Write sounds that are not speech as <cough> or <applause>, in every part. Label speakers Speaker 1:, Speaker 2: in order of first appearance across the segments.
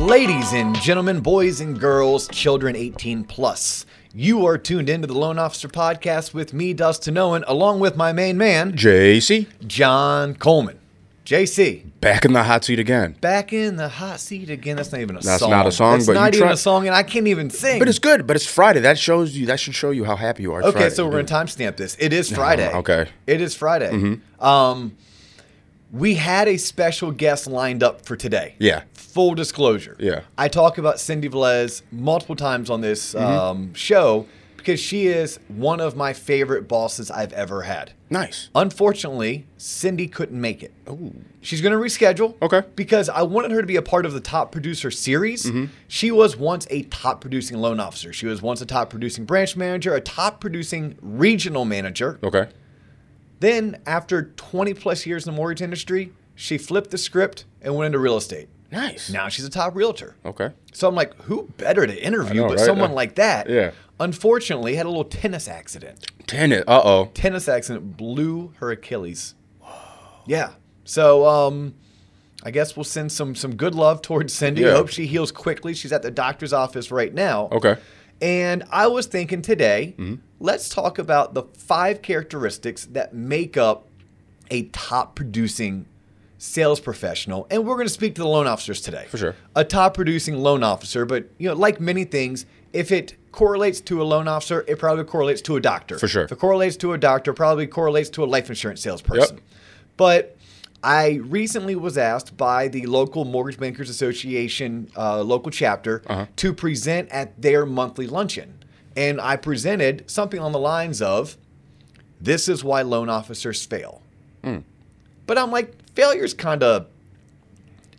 Speaker 1: Ladies and gentlemen, boys and girls, children 18 plus, you are tuned into the Loan Officer Podcast with me, Dustin Owen, along with my main man,
Speaker 2: JC,
Speaker 1: John Coleman. JC,
Speaker 2: back in the hot seat again.
Speaker 1: back in the hot seat again. That's not even a
Speaker 2: That's
Speaker 1: song.
Speaker 2: not a song,
Speaker 1: That's
Speaker 2: but you
Speaker 1: not even
Speaker 2: try-
Speaker 1: a song, and I can't even sing.
Speaker 2: But it's good. But it's Friday. That shows you. That should show you how happy you are. It's
Speaker 1: okay,
Speaker 2: Friday.
Speaker 1: so we're gonna timestamp this. It
Speaker 2: <laughs>
Speaker 1: is Friday.
Speaker 2: Mm-hmm. okay. Mm-hmm.
Speaker 1: It is Friday. Um, we had a special guest lined up for today.
Speaker 2: Yeah.
Speaker 1: Full disclosure.
Speaker 2: Yeah.
Speaker 1: I talk about Cindy Velez multiple times on this
Speaker 2: Mm-hmm.
Speaker 1: um, show because she is one of my favorite bosses I've ever had.
Speaker 2: nice.
Speaker 1: Unfortunately, Cindy couldn't make it. She's going to reschedule.
Speaker 2: Okay.
Speaker 1: Because I wanted her to be a part of the top producer series.
Speaker 2: Mm-hmm.
Speaker 1: She was once a top producing loan officer. She was once a top producing branch manager, a top producing regional manager.
Speaker 2: Okay.
Speaker 1: Then, after 20 plus years in the mortgage industry, she flipped the script and went into real estate.
Speaker 2: Nice.
Speaker 1: Now she's a top realtor.
Speaker 2: Okay.
Speaker 1: So I'm like, who better to interview
Speaker 2: know,
Speaker 1: but
Speaker 2: right?
Speaker 1: someone
Speaker 2: Uh,
Speaker 1: like that?
Speaker 2: yeah.
Speaker 1: Unfortunately, had a little tennis accident
Speaker 2: Tennis. Uh oh.
Speaker 1: tennis accident blew her Achilles. Yeah. So um, I guess we'll send some some good love towards Cindy.
Speaker 2: Yeah.
Speaker 1: Hope she heals quickly. She's at the doctor's office right now.
Speaker 2: Okay. Mm-hmm.
Speaker 1: And I was thinking today, let's talk about the five characteristics that make up a top producing sales professional. And we're going to speak to the loan officers today. For
Speaker 2: sure.
Speaker 1: A top producing loan officer, but you know, like many things, if it correlates to a loan officer, it probably correlates to a doctor.
Speaker 2: For sure.
Speaker 1: If it correlates to a doctor, probably correlates to a life insurance salesperson. But I recently was asked by the local Mortgage Bankers Association uh, local chapter
Speaker 2: Uh-huh.
Speaker 1: to present at their monthly luncheon. And I presented something on the lines of this is why loan officers fail.
Speaker 2: Hmm.
Speaker 1: But I'm like, failure's kind of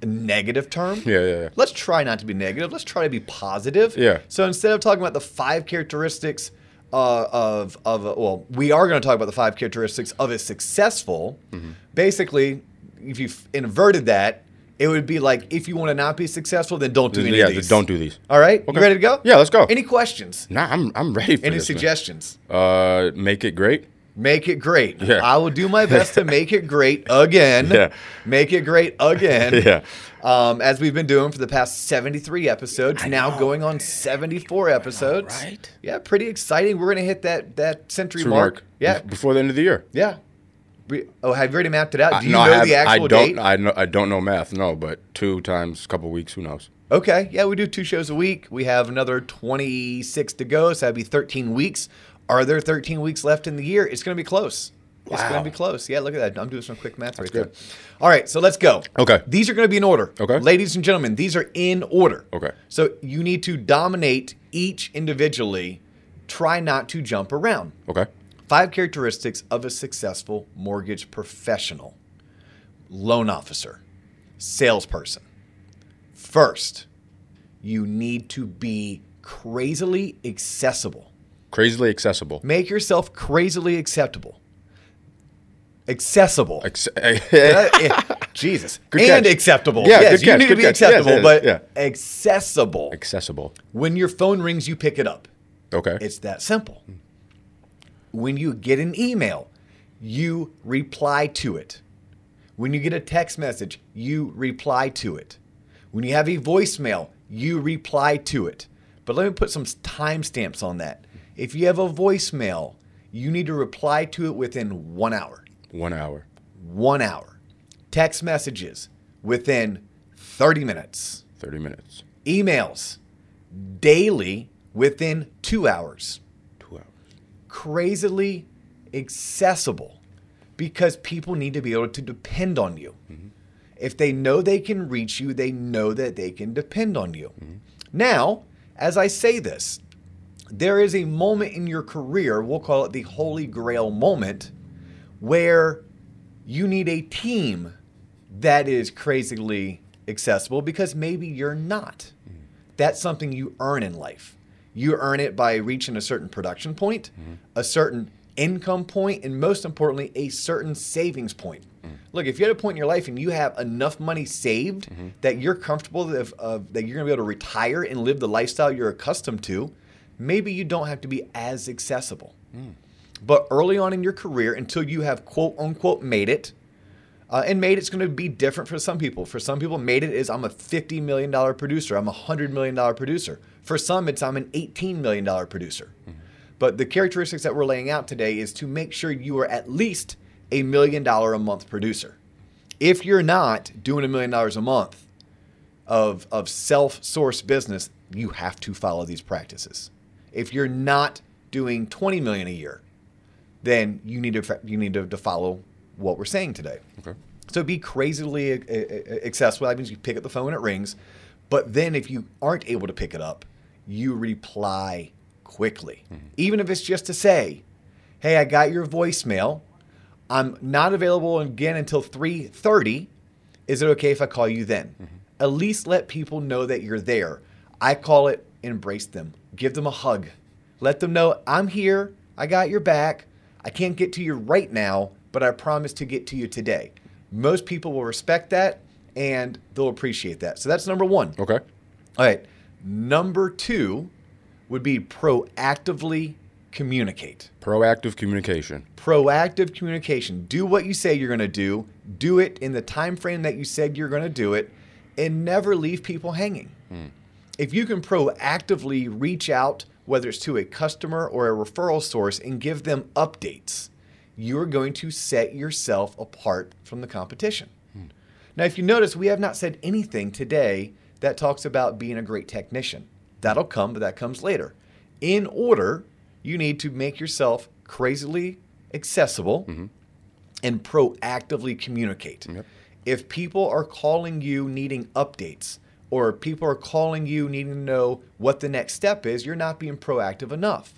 Speaker 1: a negative term.
Speaker 2: Yeah, yeah, yeah.
Speaker 1: Let's try not to be negative. Let's try to be positive.
Speaker 2: Yeah.
Speaker 1: So instead of talking about the five characteristics uh, of of a, well, we are going to talk about the five characteristics of a successful.
Speaker 2: Mm-hmm.
Speaker 1: Basically, if you f- inverted that, it would be like if you want to not be successful, then don't do any
Speaker 2: yeah.
Speaker 1: of these.
Speaker 2: Don't do these.
Speaker 1: All right. You
Speaker 2: Okay.
Speaker 1: ready to go?
Speaker 2: Yeah, let's go.
Speaker 1: Any questions?
Speaker 2: Nah, I'm I'm ready for
Speaker 1: Any
Speaker 2: this, man.
Speaker 1: suggestions?
Speaker 2: Uh, make it great.
Speaker 1: Make it great.
Speaker 2: Yeah.
Speaker 1: I will do my best to make it great again.
Speaker 2: <laughs> Yeah.
Speaker 1: Make it great again.
Speaker 2: <laughs> Yeah.
Speaker 1: Um, as we've been doing for the past 73 episodes, now
Speaker 2: know,
Speaker 1: going on 74 episodes.
Speaker 2: right?
Speaker 1: Yeah, pretty exciting. We're going to hit that that century
Speaker 2: True
Speaker 1: mark.
Speaker 2: mark.
Speaker 1: Yeah.
Speaker 2: Bef- Before the end of the year.
Speaker 1: Yeah. We- oh, have you already mapped it out? Do you
Speaker 2: Uh, no,
Speaker 1: know
Speaker 2: I have,
Speaker 1: the actual
Speaker 2: I don't.
Speaker 1: date?
Speaker 2: I know. I don't know math. No, but two times a couple weeks. Who knows?
Speaker 1: Okay. Yeah, we do two shows a week. We have another 26 to go, so that'd be 13 weeks. Are there 13 weeks left in the year? It's going to be close. It's
Speaker 2: Wow.
Speaker 1: going to be close. Yeah, look at that. I'm doing some quick math right there. All right, so let's go.
Speaker 2: Okay.
Speaker 1: These are going to be in order.
Speaker 2: Okay.
Speaker 1: Ladies and gentlemen, these are in order.
Speaker 2: Okay.
Speaker 1: So you need to dominate each individually. Try not to jump around.
Speaker 2: Okay.
Speaker 1: Five characteristics of a successful mortgage professional loan officer, salesperson. First, you need to be crazily accessible.
Speaker 2: Crazily accessible.
Speaker 1: Make yourself crazily acceptable. Accessible.
Speaker 2: Ex- <laughs>
Speaker 1: Uh, yeah, <laughs> Jesus.
Speaker 2: Good
Speaker 1: and
Speaker 2: catch.
Speaker 1: acceptable.
Speaker 2: Yeah,
Speaker 1: yes,
Speaker 2: good
Speaker 1: you
Speaker 2: catch,
Speaker 1: need to
Speaker 2: good
Speaker 1: be
Speaker 2: catch. Yes,
Speaker 1: acceptable,
Speaker 2: yes,
Speaker 1: but
Speaker 2: yeah.
Speaker 1: accessible.
Speaker 2: accessible.
Speaker 1: When your phone rings, you pick it up.
Speaker 2: Okay.
Speaker 1: It's that simple. When you get an email, you reply to it. When you get a text message, you reply to it. When you have a voicemail, you reply to it. But let me put some timestamps on that. If you have a voicemail, you need to reply to it within one hour.
Speaker 2: One hour.
Speaker 1: One hour. Text messages within 30 minutes.
Speaker 2: Thirty minutes.
Speaker 1: Emails daily within two hours.
Speaker 2: Two hours.
Speaker 1: crazily accessible because people need to be able to depend on you. If they know they can reach you, they know that they can depend on you. Now, as I say this, there is a moment in your career, we'll call it the holy grail moment, where you need a team that is crazily accessible because maybe you're not. That's something you earn in life. You earn it by reaching a certain production point, a certain income point, and most importantly, a certain savings point. Look, if you're at a point in your life and you have enough money saved that you're comfortable of, of, that you're going to be able to retire and live the lifestyle you're accustomed to, maybe you don't have to be as accessible. But early on in your career, until you have quote unquote made it, Uh, and made it's going to be different for some people. For some people, made it is I'm a $50 million producer, I'm a $100 million producer. For some, it's I'm an $18 million producer. But the characteristics that we're laying out today is to make sure you are at least a million dollar a month producer. If you're not doing a million dollars a month of, of self source business, you have to follow these practices. If you're not doing 20 million a year, then you need to fa- you need to, to follow what we're saying today.
Speaker 2: Okay.
Speaker 1: So be crazily uh, uh, accessible. That means you pick up the phone, it rings. But then if you aren't able to pick it up, you reply quickly. Even if it's just to say, hey, I got your voicemail. I'm not available again until 3.30. Is it okay if I call you then? At least let people know that you're there. I call it embrace them. Give them a hug. Let them know I'm here. I got your back. I can't get to you right now, but I promise to get to you today. Most people will respect that and they'll appreciate that. So that's number one.
Speaker 2: Okay.
Speaker 1: All right. Number two would be proactively communicate.
Speaker 2: Proactive communication.
Speaker 1: Proactive communication. Do what you say you're going to do. Do it in the time frame that you said you're going to do it, and never leave people hanging. If you can proactively reach out, whether it's to a customer or a referral source, and give them updates, you are going to set yourself apart from the competition. Now, if you notice, we have not said anything today that talks about being a great technician. That'll come, but that comes later. In order, you need to make yourself crazily accessible and proactively communicate.
Speaker 2: Yep.
Speaker 1: If people are calling you needing updates, or people are calling you needing to know what the next step is, you're not being proactive enough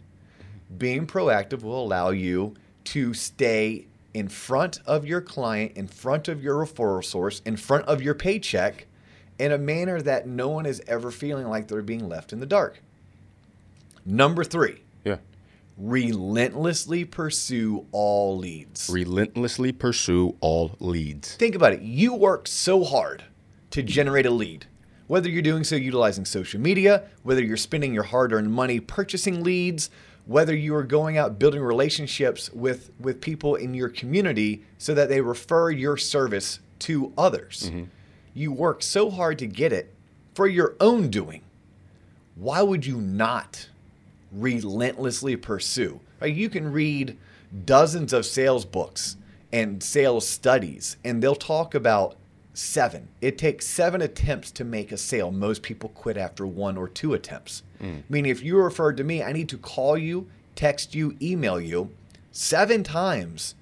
Speaker 1: being proactive will allow you to stay in front of your client, in front of your referral source, in front of your paycheck in a manner that no one is ever feeling like they're being left in the dark. Number three,
Speaker 2: Yeah.
Speaker 1: relentlessly pursue all leads.
Speaker 2: Relentlessly pursue all leads.
Speaker 1: Think about it. You worked so hard to generate a lead. Whether you're doing so utilizing social media, whether you're spending your hard-earned money purchasing leads, whether you are going out building relationships with with people in your community so that they refer your service to others. You work so hard to get it for your own doing. Why would you not relentlessly pursue. Right? You can read dozens of sales books and sales studies, and they'll talk about seven. It takes seven attempts to make a sale. Most people quit after one or two attempts. Meaning, if you referred to me, I need to call you, text you, email you seven times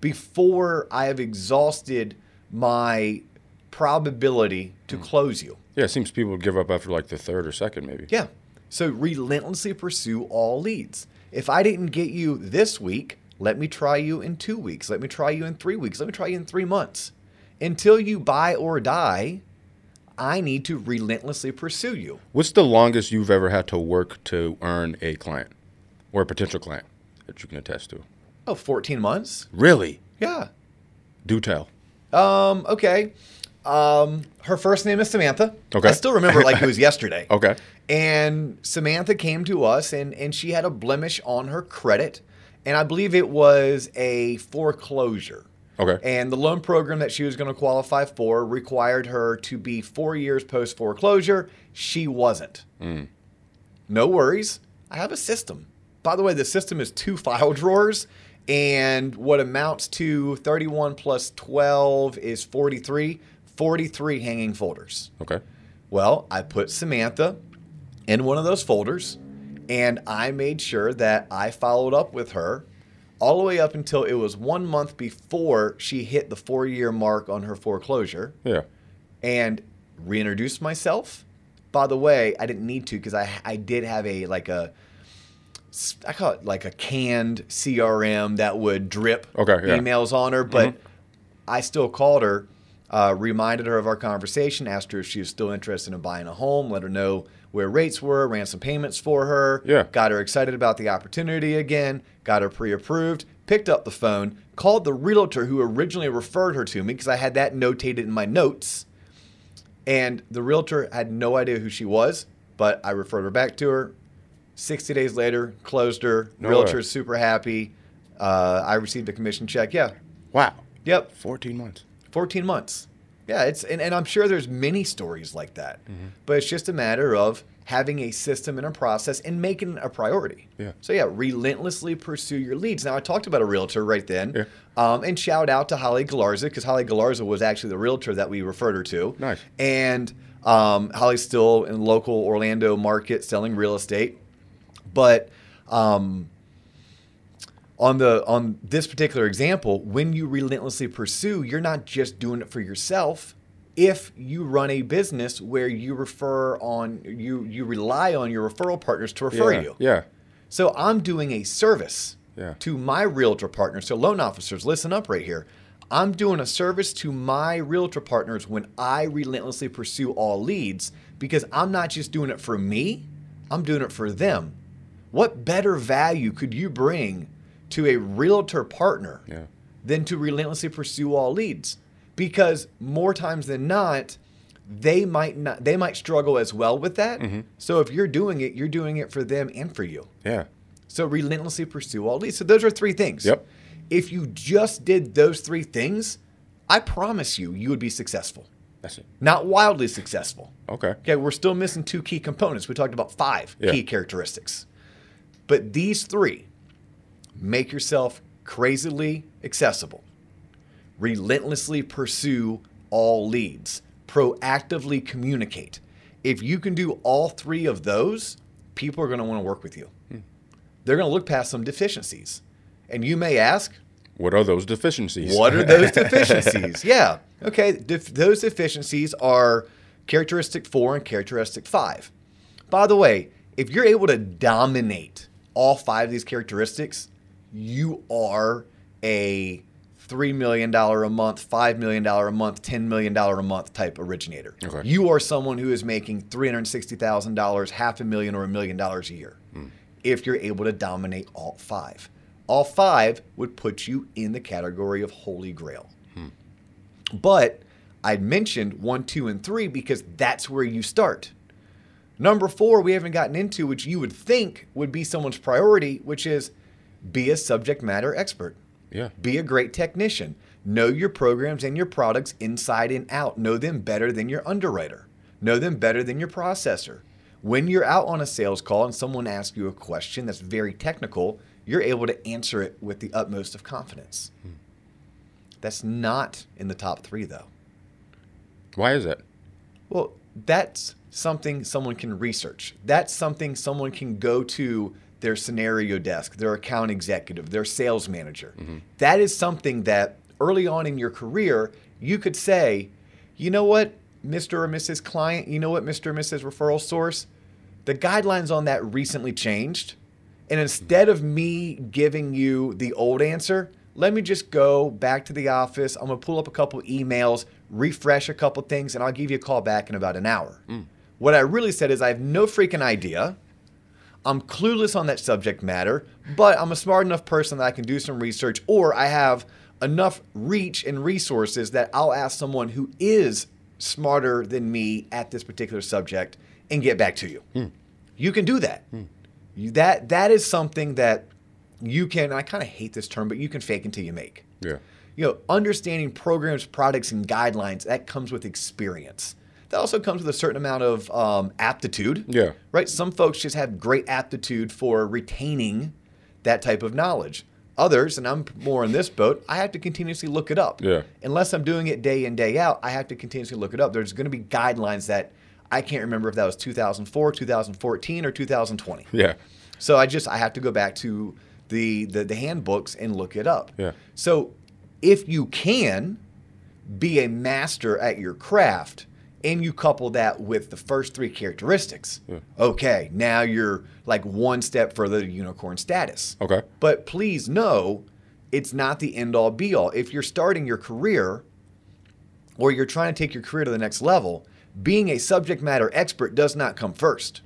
Speaker 1: before I have exhausted my probability to close you.
Speaker 2: Yeah, it seems people would give up after like the third or second, maybe.
Speaker 1: Yeah. So relentlessly pursue all leads. If I didn't get you this week, let me try you in two weeks. Let me try you in three weeks. Let me try you in three months. Until you buy or die, I need to relentlessly pursue you.
Speaker 2: What's the longest you've ever had to work to earn a client or a potential client that you can attest to?
Speaker 1: Oh, 14 months?
Speaker 2: Really?
Speaker 1: Yeah.
Speaker 2: Do tell.
Speaker 1: Um, okay. Um, her first name is Samantha.
Speaker 2: Okay.
Speaker 1: I still remember it like it
Speaker 2: <laughs>
Speaker 1: was yesterday.
Speaker 2: Okay.
Speaker 1: And Samantha came to us and, and she had a blemish on her credit. And I believe it was a foreclosure.
Speaker 2: Okay.
Speaker 1: And the loan program that she was going to qualify for required her to be four years post foreclosure. She wasn't. No worries. I have a system. By the way, the system is two file drawers, and what amounts to 31 plus 12 is 43, 43 hanging folders.
Speaker 2: Okay.
Speaker 1: Well, I put Samantha in one of those folders and I made sure that I followed up with her all the way up until it was one month before she hit the four year mark on her foreclosure
Speaker 2: Yeah.
Speaker 1: and reintroduced myself. By the way, I didn't need to because I, I did have a like a s- I call it like a canned CRM that would drip
Speaker 2: Okay, yeah. Mm-hmm.
Speaker 1: emails on her, but I still called her, uh, reminded her of our conversation, asked her if she was still interested in buying a home, let her know where rates were, ran some payments for her,
Speaker 2: Yeah.
Speaker 1: got her excited about the opportunity again, got her pre-approved, picked up the phone, called the realtor who originally referred her to me because I had that notated in my notes. And the realtor had no idea who she was, but I referred her back to her. 60 days later, closed her.
Speaker 2: No
Speaker 1: Realtor's
Speaker 2: way.
Speaker 1: super happy. Uh, I received a commission check. Yeah.
Speaker 2: Wow.
Speaker 1: Yep.
Speaker 2: 14 months.
Speaker 1: 14 months. Yeah, it's and, and I'm sure there's many stories like that.
Speaker 2: Mm-hmm.
Speaker 1: But it's just a matter of having a system and a process and making it a priority.
Speaker 2: Yeah.
Speaker 1: So yeah, relentlessly pursue your leads. Now I talked about a realtor right then.
Speaker 2: Yeah.
Speaker 1: Um, and shout out to Holly Galarza because Holly Galarza was actually the realtor that we referred her to.
Speaker 2: Nice.
Speaker 1: And um, Holly's still in local Orlando market selling real estate, but um, on the on this particular example, when you relentlessly pursue, you're not just doing it for yourself. If you run a business where you refer on you you rely on your referral partners to refer
Speaker 2: yeah.
Speaker 1: you.
Speaker 2: Yeah.
Speaker 1: So I'm doing a service
Speaker 2: Yeah.
Speaker 1: to my realtor partners. So loan officers, listen up right here. I'm doing a service to my realtor partners when I relentlessly pursue all leads because I'm not just doing it for me, I'm doing it for them. What better value could you bring to a realtor partner
Speaker 2: Yeah.
Speaker 1: than to relentlessly pursue all leads? Because more times than not, they might not they might struggle as well with that.
Speaker 2: Mm-hmm.
Speaker 1: So if you're doing it, you're doing it for them and for you.
Speaker 2: Yeah.
Speaker 1: So relentlessly pursue all leads. So those are three things.
Speaker 2: Yep.
Speaker 1: If you just did those three things, I promise you, you would be successful.
Speaker 2: That's it.
Speaker 1: Not wildly successful.
Speaker 2: Okay.
Speaker 1: Okay, we're still missing two key components. We talked about five
Speaker 2: Yeah.
Speaker 1: key characteristics. But these three make yourself crazily accessible, relentlessly pursue all leads, proactively communicate. If you can do all three of those, people are going to want to work with you. They're going to look past some deficiencies. And you may ask,
Speaker 2: What are those deficiencies?
Speaker 1: what
Speaker 2: <laughs>
Speaker 1: are those deficiencies? yeah. Okay. Def- those deficiencies are characteristic four and characteristic five. By the way, if you're able to dominate all five of these characteristics, you are a $3 million a month, $5 million a month, $10 million a month type originator.
Speaker 2: Okay.
Speaker 1: You are someone who is making $360,000, half a million, or a million dollars a year if you're able to dominate all five. All five would put you in the category of holy grail. But I mentioned one, two, and three because that's where you start. Number four, we haven't gotten into, which you would think would be someone's priority, which is be a subject matter expert.
Speaker 2: yeah.
Speaker 1: Be a great technician. Know your programs and your products inside and out. Know them better than your underwriter. Know them better than your processor. When you're out on a sales call and someone asks you a question that's very technical, you're able to answer it with the utmost of confidence. That's not in the top three, though.
Speaker 2: Why is that?
Speaker 1: Well, that's something someone can research. That's something someone can go to their scenario desk, their account executive, their sales manager. That is something that early on in your career, you could say, you know what, Mr. or Mrs. Client, you know what, Mr. or Mrs. Referral Source, the guidelines on that recently changed. And instead of me giving you the old answer, let me just go back to the office. I'm going to pull up a couple emails, refresh a couple things, and I'll give you a call back in about an hour. What I really said is, I have no freaking idea. I'm clueless on that subject matter, but I'm a smart enough person that I can do some research, or I have enough reach and resources that I'll ask someone who is smarter than me at this particular subject and get back to you. You can do that. You, that that is something that you can. and I kind of hate this term, but you can fake until you make.
Speaker 2: Yeah.
Speaker 1: You know, understanding programs, products, and guidelines that comes with experience. That also comes with a certain amount of um, aptitude
Speaker 2: Yeah.
Speaker 1: right? Some folks just have great aptitude for retaining that type of knowledge. Others, and I'm more in this boat, I have to continuously look it up.
Speaker 2: Yeah.
Speaker 1: Unless I'm doing it day in, day out, I have to continuously look it up. There's going to be guidelines that I can't remember if that was 2004, 2014, or 2020.
Speaker 2: Yeah.
Speaker 1: So I just I have to go back to the the, the handbooks and look it up.
Speaker 2: Yeah.
Speaker 1: So if you can be a master at your craft and you couple that with the first three characteristics,
Speaker 2: Yeah.
Speaker 1: okay, now you're like one step further to unicorn status.
Speaker 2: Okay.
Speaker 1: But please know it's not the end all be all. If you're starting your career or you're trying to take your career to the next level, being a subject matter expert does not come first.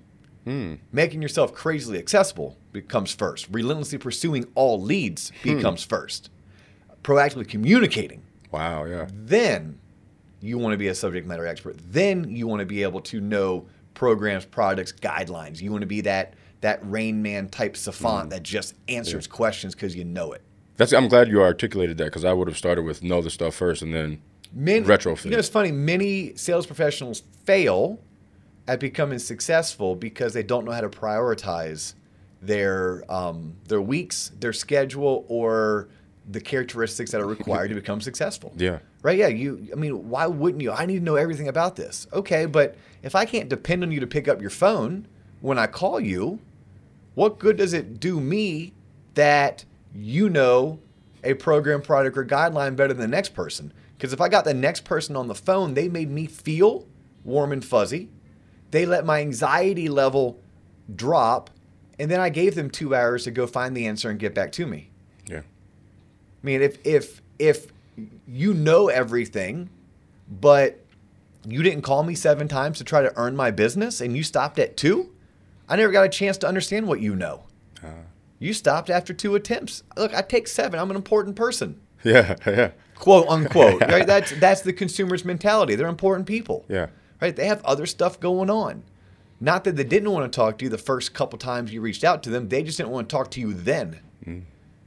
Speaker 1: Making yourself crazily accessible becomes first. Relentlessly pursuing all leads becomes first. Proactively communicating.
Speaker 2: Wow. Yeah.
Speaker 1: Then you want to be a subject matter expert. Then you want to be able to know programs, products, guidelines. You want to be that that Rain Man type savant that just answers questions because you know it.
Speaker 2: That's. I'm glad you articulated that because I would have started with know the stuff first and then
Speaker 1: Many,
Speaker 2: Retrofit.
Speaker 1: You know, it's funny. Many sales professionals fail at becoming successful because they don't know how to prioritize their um, their weeks, their schedule, or the characteristics that are required to become successful.
Speaker 2: Yeah.
Speaker 1: Right. Yeah. You. I mean, why wouldn't you? I need to know everything about this. Okay, but if I can't depend on you to pick up your phone when I call you, what good does it do me that you know a program, product, or guideline better than the next person? Because if I got the next person on the phone, they made me feel warm and fuzzy. They let my anxiety level drop. And then I gave them two hours to go find the answer and get back to me.
Speaker 2: Yeah. <laughs>
Speaker 1: I mean, if if if you know everything, but you didn't call me seven times to try to earn my business, and you stopped at two, I never got a chance to understand what you know. you stopped after two attempts. Look, I take seven. I'm an important person,
Speaker 2: Yeah. Yeah.
Speaker 1: quote unquote. <laughs> right? That's that's the consumer's mentality. They're important people.
Speaker 2: Yeah.
Speaker 1: Right? They have other stuff going on. Not that they didn't want to talk to you the first couple times you reached out to them. They just didn't want to talk to you then.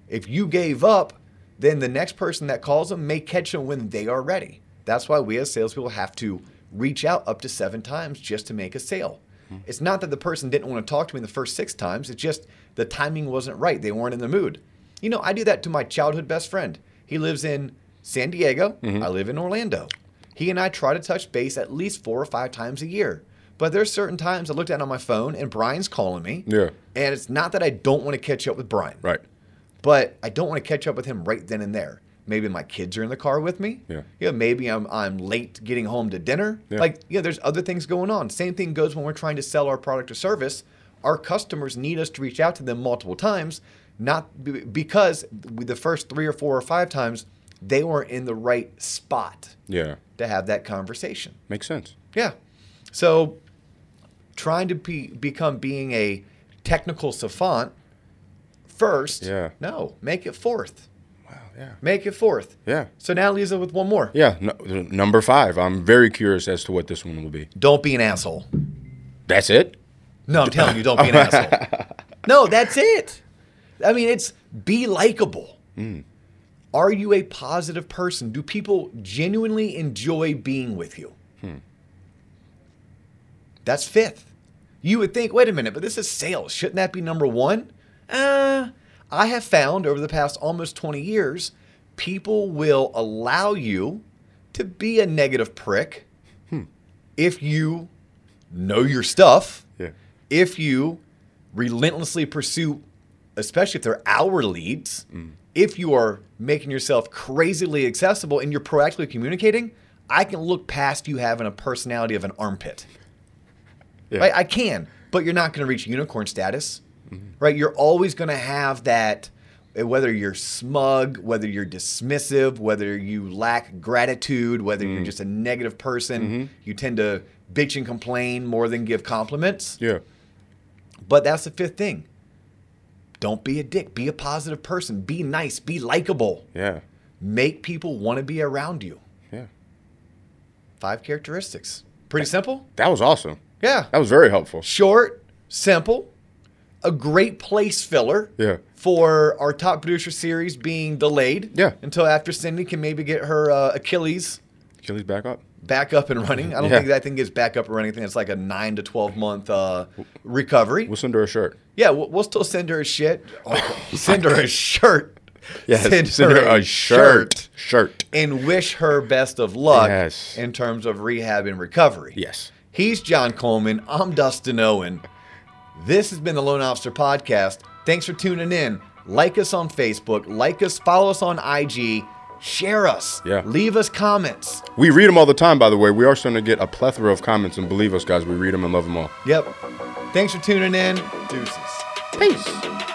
Speaker 1: If you gave up, then the next person that calls them may catch them when they are ready. That's why we as salespeople have to reach out up to seven times just to make a sale. It's not that the person didn't want to talk to me the first six times, it's just the timing wasn't right. They weren't in the mood. You know, I do that to my childhood best friend. He lives in San Diego, I live in Orlando. He and I try to touch base at least four or five times a year. But there's certain times I look down on my phone and Brian's calling me.
Speaker 2: Yeah.
Speaker 1: And it's not that I don't want to catch up with Brian
Speaker 2: Right.
Speaker 1: but I don't want to catch up with him right then and there. Maybe my kids are in the car with me.
Speaker 2: Yeah.
Speaker 1: You know, maybe I'm I'm late getting home to dinner.
Speaker 2: Yeah.
Speaker 1: Like, you know, there's other things going on. Same thing goes when we're trying to sell our product or service. Our customers need us to reach out to them multiple times, not b- because the first three or four or five times they weren't in the right spot
Speaker 2: Yeah.
Speaker 1: to have that conversation.
Speaker 2: Makes sense.
Speaker 1: Yeah. So trying to be, become being a technical savant first.
Speaker 2: Yeah.
Speaker 1: No, make it fourth.
Speaker 2: Wow. Oh, Yeah.
Speaker 1: Make it fourth.
Speaker 2: Yeah.
Speaker 1: So now leaves us with one more.
Speaker 2: Yeah. No, number five. I'm very curious as to what this one will be.
Speaker 1: Don't be an asshole.
Speaker 2: That's it.
Speaker 1: No, I'm telling you, don't be an asshole. No, that's it. I mean, it's be likable. Are you a positive person? Do people genuinely enjoy being with you? That's fifth. You would think, wait a minute, but this is sales. Shouldn't that be number one? Uh, I have found over the past almost 20 years, people will allow you to be a negative prick if you know your stuff
Speaker 2: Yeah.
Speaker 1: if you relentlessly pursue, especially if they're our leads, if you are making yourself crazily accessible and you're proactively communicating, I can look past you having a personality of an armpit.
Speaker 2: Yeah.
Speaker 1: Right? I can, but you're not going to reach unicorn status. Right? You're always going to have that eh, whether you're smug, whether you're dismissive, whether you lack gratitude, whether you're just a negative person, you tend to bitch and complain more than give compliments.
Speaker 2: Yeah.
Speaker 1: But that's the fifth thing. Don't be a dick. Be a positive person. Be nice. Be likable.
Speaker 2: Yeah.
Speaker 1: Make people want to be around you.
Speaker 2: Yeah.
Speaker 1: Five characteristics. Pretty simple?
Speaker 2: That was awesome.
Speaker 1: Yeah.
Speaker 2: That was very helpful.
Speaker 1: Short, simple, a great place filler.
Speaker 2: Yeah.
Speaker 1: For our top producer series being delayed.
Speaker 2: Yeah.
Speaker 1: Until after Cindy can maybe get her uh, Achilles
Speaker 2: Achilles back up.
Speaker 1: back up and running. I don't
Speaker 2: Yeah.
Speaker 1: think that thing gets back up or running. I think it's like a nine to 12 month uh, recovery.
Speaker 2: We'll send her a shirt.
Speaker 1: Yeah, we'll, we'll still send her a shit.
Speaker 2: Oh.
Speaker 1: <laughs> send her a shirt.
Speaker 2: Shirt.
Speaker 1: And wish her best of luck
Speaker 2: Yes.
Speaker 1: in terms of rehab and recovery.
Speaker 2: Yes.
Speaker 1: He's John Coleman. I'm Dustin Owen. This has been the Loan Officer Podcast. Thanks for tuning in. Like us on Facebook. Like us. Follow us on IG. Share us.
Speaker 2: Yeah.
Speaker 1: Leave us comments.
Speaker 2: We read them all the time, by the way. We are starting to get a plethora of comments, and believe us, guys, we read them and love them all.
Speaker 1: Yep. Thanks for tuning in. Deuces.
Speaker 2: Peace.